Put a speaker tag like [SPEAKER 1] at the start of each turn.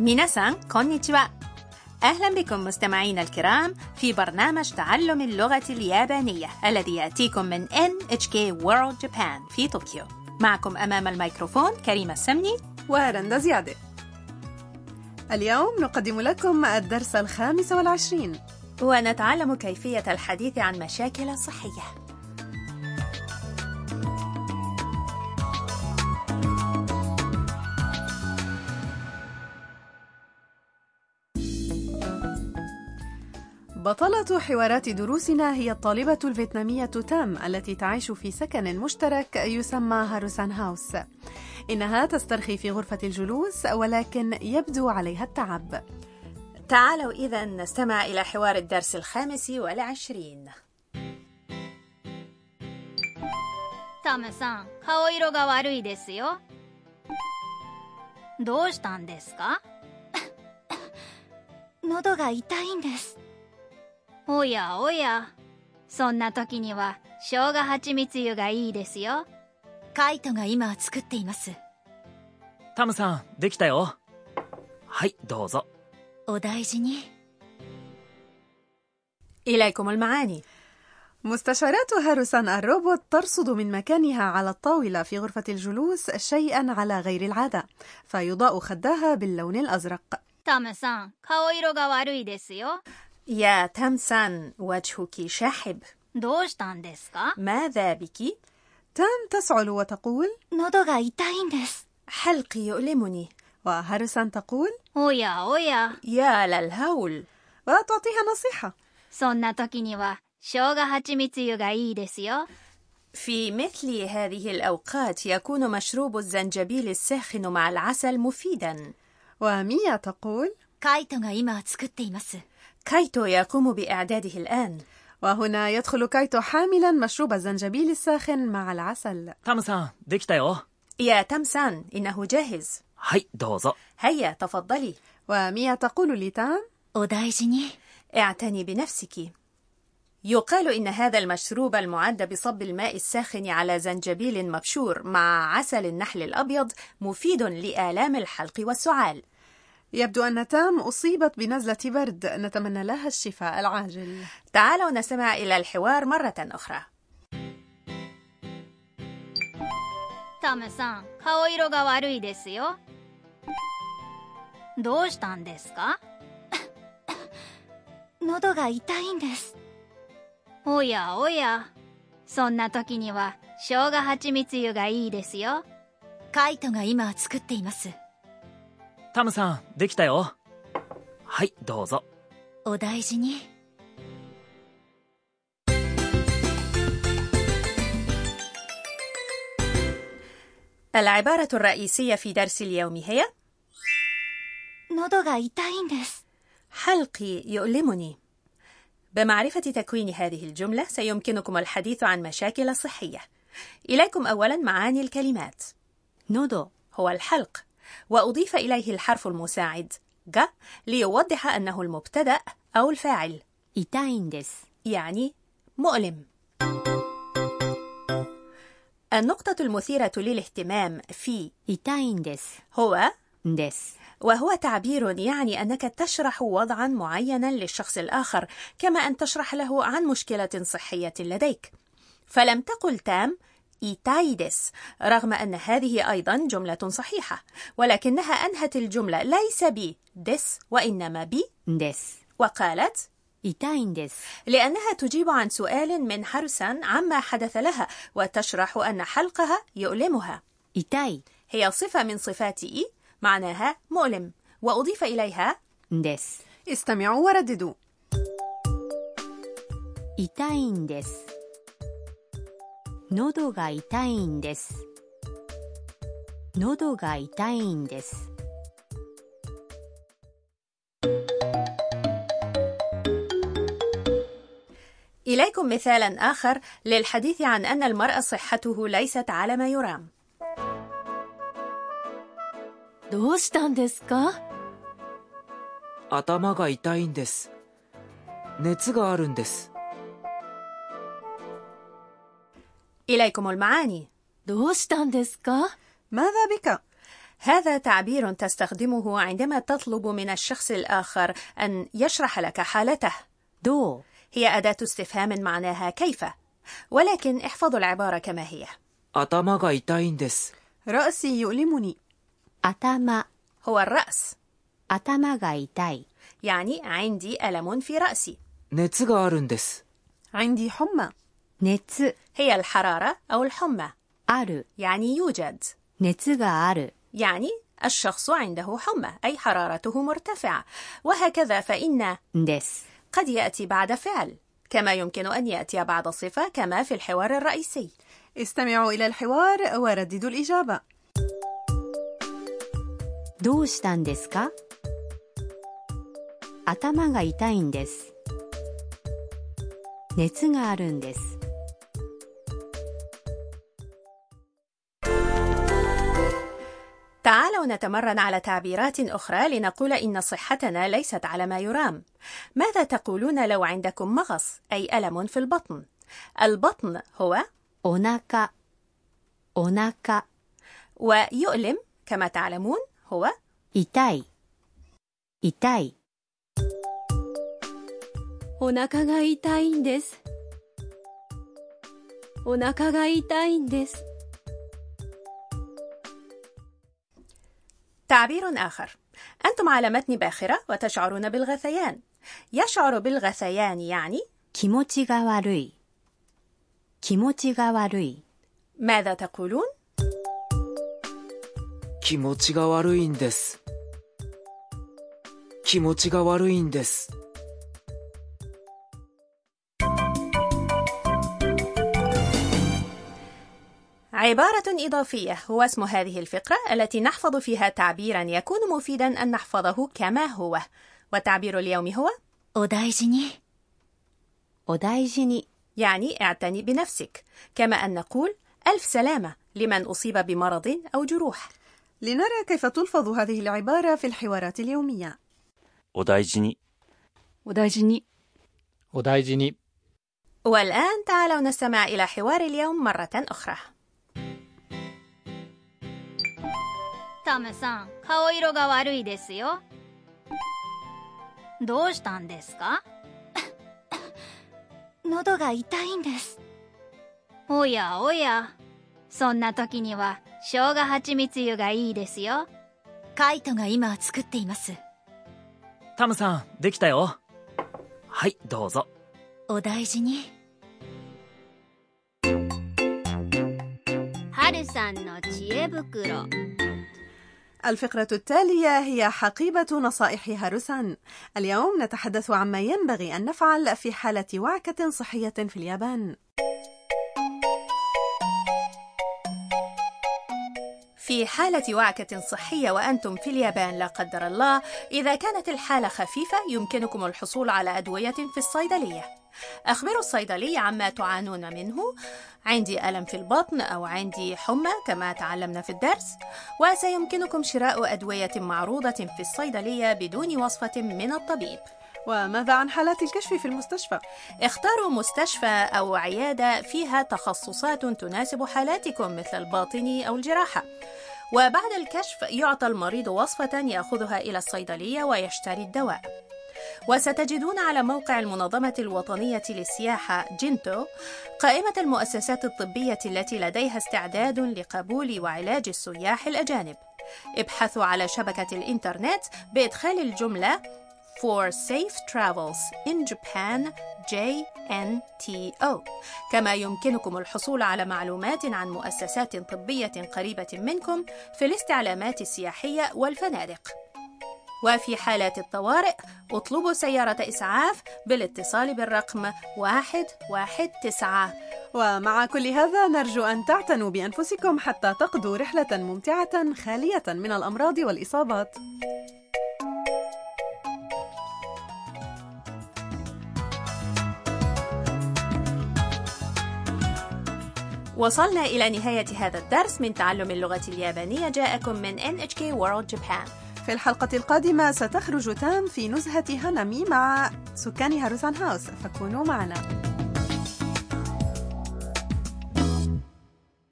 [SPEAKER 1] ميناسان كونيتشوا أهلا بكم مستمعينا الكرام في برنامج تعلم اللغة اليابانية الذي يأتيكم من NHK World Japan في طوكيو معكم أمام الميكروفون كريمة السمني
[SPEAKER 2] ورندا زيادة اليوم نقدم لكم الدرس الخامس والعشرين
[SPEAKER 1] ونتعلم كيفية الحديث عن مشاكل صحية
[SPEAKER 2] بطلة حوارات دروسنا هي الطالبة الفيتنامية تام التي تعيش في سكن مشترك يسمى هاروسان هاوس إنها تسترخي في غرفة الجلوس ولكن يبدو عليها التعب
[SPEAKER 1] تعالوا إذا نستمع إلى حوار الدرس الخامس والعشرين
[SPEAKER 3] タムさん顔色が悪いですよどうしたんですか
[SPEAKER 4] 喉が痛いんです
[SPEAKER 3] おやおやそんな時には生姜蜂蜜湯がいいですよ
[SPEAKER 4] カイトが今作っています
[SPEAKER 5] タムさんできたよはいどうぞ
[SPEAKER 4] お大事に
[SPEAKER 1] إليكم المعاني
[SPEAKER 2] مستشارات هاروسان الروبوت ترصد من مكانها على الطاولة في غرفة الجلوس شيئا على غير العادة فيضاء خدها باللون الأزرق
[SPEAKER 3] タムさん顔色が悪いですよ
[SPEAKER 1] يا تامسان وجهك شاحب
[SPEAKER 3] どうしたんですか
[SPEAKER 1] ماذا بك؟
[SPEAKER 2] تام تسعل وتقول
[SPEAKER 4] 喉が痛いんです
[SPEAKER 1] حلقي يؤلمني
[SPEAKER 2] وهاروسان تقول
[SPEAKER 3] おやおや
[SPEAKER 1] يا للهول
[SPEAKER 2] وتعطيها نصيحة
[SPEAKER 3] そんな時には生姜蜂蜜湯がいいですよ
[SPEAKER 1] في مثل هذه الأوقات يكون مشروب الزنجبيل الساخن مع العسل مفيدا
[SPEAKER 2] وميا تقول
[SPEAKER 4] カイトが今作っています
[SPEAKER 1] كايتو يقوم بإعداده الآن
[SPEAKER 2] وهنا يدخل كايتو حاملا مشروب الزنجبيل الساخن مع العسل
[SPEAKER 5] タムさんできたよ
[SPEAKER 1] يا تمسان إنه جاهز
[SPEAKER 5] はいどうぞ
[SPEAKER 1] هيا تفضلي
[SPEAKER 2] وميا تقول لتام
[SPEAKER 4] お大事に
[SPEAKER 1] اعتني بنفسك يقال إن هذا المشروب المعد بصب الماء الساخن على زنجبيل مبشور مع عسل النحل الأبيض مفيد لآلام الحلق والسعال
[SPEAKER 2] يبدو أن تام أصيبت بنزلة برد نتمنى لها الشفاء العاجل
[SPEAKER 1] تعالوا نستمع إلى الحوار مرة أخرى
[SPEAKER 3] タムさん顔色が悪いですよどうしたんですか
[SPEAKER 4] 喉が痛いんです
[SPEAKER 3] おやおやそんな時には生姜蜂蜜湯がいいですよ
[SPEAKER 4] カイトが今作っています
[SPEAKER 5] タムさんできたよはいどうぞ
[SPEAKER 4] お大事に
[SPEAKER 1] العبارة الرئيسية في درس اليوم هي
[SPEAKER 4] 喉が痛いんです
[SPEAKER 1] حلقي يؤلمني بمعرفة تكوين هذه الجملة سيمكنكم الحديث عن مشاكل صحية إليكم أولا معاني الكلمات نودو هو الحلق وأضيف إليه الحرف المساعد جا ليوضح أنه المبتدأ أو الفاعل
[SPEAKER 4] 痛いんです
[SPEAKER 1] يعني مؤلم النقطة المثيرة للاهتمام في
[SPEAKER 4] 痛いんです
[SPEAKER 1] هو
[SPEAKER 4] です
[SPEAKER 1] وهو تعبير يعني أنك تشرح وضعا معينا للشخص الآخر كما أن تشرح له عن مشكلة صحية لديك فلم تقل تام إيتايدس رغم أن هذه أيضا جملة صحيحة ولكنها أنهت الجملة ليس بي دس وإنما بي
[SPEAKER 4] です
[SPEAKER 1] وقالت
[SPEAKER 4] 痛いんです
[SPEAKER 1] لأنها تجيب عن سؤال من حرسان عما حدث لها وتشرح أن حلقها يؤلمها
[SPEAKER 4] 痛い
[SPEAKER 1] هي صفة من صفات إي معناها مؤلم وأضيف إليها
[SPEAKER 4] です
[SPEAKER 2] استمعوا ورددوا
[SPEAKER 4] 痛いんです喉が痛いんです喉が痛いんです
[SPEAKER 1] إليكم مثالا آخر للحديث عن أن المرأة صحته ليست على ما يرام
[SPEAKER 4] どうしたんですか
[SPEAKER 6] 頭が痛いんです熱があるんです
[SPEAKER 1] إليكم المعاني
[SPEAKER 4] どうしたんですか
[SPEAKER 2] ماذا بك؟
[SPEAKER 1] هذا تعبير تستخدمه عندما تطلب من الشخص الآخر أن يشرح لك حالته
[SPEAKER 4] どう
[SPEAKER 1] هي أداة استفهام معناها كيف ولكن احفظوا العبارة كما هي
[SPEAKER 6] 頭が痛いんです。
[SPEAKER 2] رأسي يؤلمني
[SPEAKER 4] 頭
[SPEAKER 1] هو الرأس
[SPEAKER 4] 頭が痛い
[SPEAKER 1] يعني عندي ألم في رأسي
[SPEAKER 6] 熱があるんです。
[SPEAKER 2] عندي حمى
[SPEAKER 4] 熱
[SPEAKER 1] هي الحرارة أو الحمى
[SPEAKER 4] ある
[SPEAKER 1] يعني يوجد
[SPEAKER 4] 熱がある
[SPEAKER 1] يعني الشخص عنده حمى أي حرارته مرتفعة وهكذا فإن
[SPEAKER 4] んです。
[SPEAKER 1] قد يأتي بعد فعل كما يمكن أن يأتي بعد صفة كما في الحوار الرئيسي
[SPEAKER 2] استمعوا إلى الحوار ورددوا الإجابة
[SPEAKER 4] どうしたんですか頭が痛いんです。熱があるんです。
[SPEAKER 1] تعالوا نتمرن على تعبيرات أخرى لنقول إن صحتنا ليست على ما يرام. ماذا تقولون لو عندكم مغص أي ألم في البطن؟ البطن هو
[SPEAKER 4] お腹、お腹、
[SPEAKER 1] ويؤلم كما تعلمون هو
[SPEAKER 4] 痛い、痛い。お腹が痛いんです。お腹が痛いんです。
[SPEAKER 1] تعبير آخر. أنتم على متن باخرة وتشعرون بالغثيان. يشعر بالغثيان يعني
[SPEAKER 4] 気持ちが悪い。気持ちが悪い。
[SPEAKER 1] ماذا تقولون؟
[SPEAKER 6] 気持ちが悪いんです。気持ちが悪いんです。
[SPEAKER 1] عبارة إضافية هو اسم هذه الفقرة التي نحفظ فيها تعبيرا يكون مفيدا أن نحفظه كما هو. وتعبير اليوم هو
[SPEAKER 3] お大事に
[SPEAKER 4] お大事に。
[SPEAKER 1] يعني اعتني بنفسك كما أن نقول ألف سلامة لمن أصيب بمرض أو جروح
[SPEAKER 2] لنرى كيف تلفظ هذه العبارة في الحوارات اليومية
[SPEAKER 7] お大事に
[SPEAKER 4] お大事に。
[SPEAKER 8] お大事に
[SPEAKER 1] والآن تعالوا نستمع إلى حوار اليوم مرة أخرى
[SPEAKER 3] タムさん顔色が悪いですよどうしたんです か喉が痛いんですおやおやそんな時には生姜蜂蜜湯がいいですよ
[SPEAKER 4] カイトが今作っています。
[SPEAKER 5] タムさん、できたよ。はい、どうぞ。
[SPEAKER 4] お大事に。
[SPEAKER 3] 春さんの知恵袋
[SPEAKER 2] الفقرة التالية هي حقيبة نصائح هاروسان اليوم نتحدث عما ينبغي أن نفعل في حالة وعكة صحية في اليابان
[SPEAKER 1] في حالة وعكة صحية وأنتم في اليابان لا قدر الله إذا كانت الحالة خفيفة يمكنكم الحصول على أدوية في الصيدلية أخبروا الصيدلي عما تعانون منه عندي ألم في البطن أو عندي حمى كما تعلمنا في الدرس وسيمكنكم شراء أدوية معروضة في الصيدلية بدون وصفة من الطبيب
[SPEAKER 2] وماذا عن حالات الكشف في المستشفى؟
[SPEAKER 1] اختاروا مستشفى أو عيادة فيها تخصصات تناسب حالاتكم مثل الباطني أو الجراحة. وبعد الكشف يعطى المريض وصفة يأخذها إلى الصيدلية ويشتري الدواء. وستجدون على موقع المنظمة الوطنية للسياحة جينتو قائمة المؤسسات الطبية التي لديها استعداد لقبول وعلاج السياح الأجانب. ابحثوا على شبكة الإنترنت بإدخال الجملة For Safe Travels in Japan JNTO كما يمكنكم الحصول على معلومات عن مؤسسات طبية قريبة منكم في الاستعلامات السياحية والفنادق وفي حالات الطوارئ اطلبوا سيارة إسعاف بالاتصال بالرقم 119
[SPEAKER 2] ومع كل هذا نرجو أن تعتنوا بأنفسكم حتى تقضوا رحلة ممتعة خالية من الأمراض والإصابات
[SPEAKER 1] وصلنا إلى نهاية هذا الدرس من تعلم اللغة اليابانية جاءكم من NHK World Japan
[SPEAKER 2] في الحلقة القادمة ستخرج تام في نزهة هانامي مع سكان هاروسان هاوس فكونوا معنا